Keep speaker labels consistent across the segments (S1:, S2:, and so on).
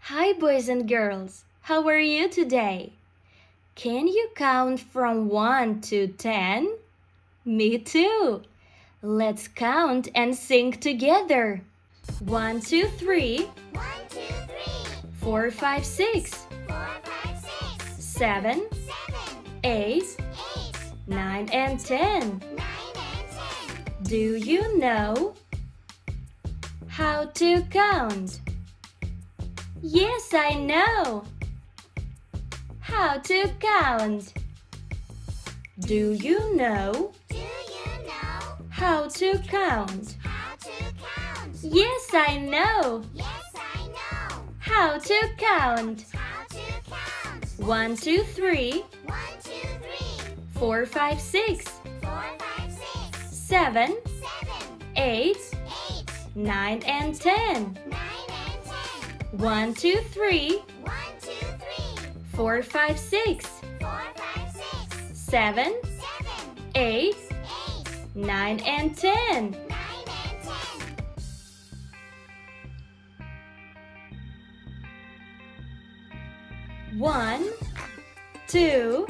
S1: Hi, boys and girls. How are you today? Can you count from 1 to 10? Me too. Let's count and sing together. 1, 2, 3,
S2: One, two, three,
S1: 4, 5, 6,
S2: four, five,
S1: 7,
S2: six, seven,
S1: 8,
S2: eight,
S1: 9, and 10.
S2: nine, and ten.
S1: Do you know how to count? Yes, I know how to count. Do you know
S2: Do you know
S1: how to count?
S2: how to count?
S1: Yes, I know
S2: Yes, I know
S1: how to count.
S2: how to count.
S1: 1, 2, 3,
S2: One, two, three,
S1: 4, 5, 6,
S2: four, five, six,
S1: 7,
S2: seven,
S1: 8,
S2: eight,
S1: 9, and 10.
S2: nine, and ten.
S1: 1, 2, 3,
S2: One, two, three,
S1: 4, 5, 6,
S2: four, five, six,
S1: 7,
S2: seven,
S1: 8,
S2: eight,
S1: 9, and 10.
S2: nine, and ten.
S1: One, two,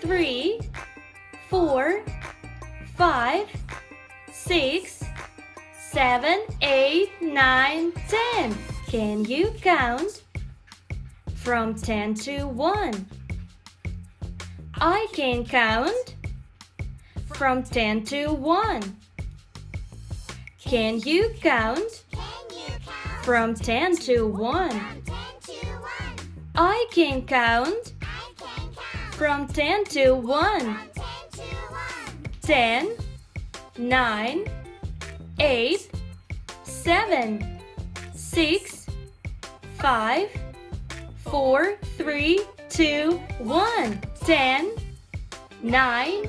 S1: three, four, five, six, seven, eight, nine, ten. Can you count from ten to one? I can count from ten to one. Can you count
S2: Can you count
S1: from ten to one?
S2: from ten to one?
S1: I can count
S2: I can count.
S1: from ten to one.
S2: From ten to one.
S1: Ten, nine, eight, seven, six, five, four, three, two, one. Ten, nine,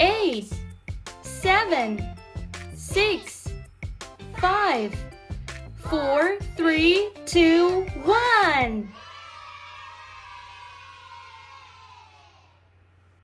S1: eight, seven, six, five, four, three, two, one.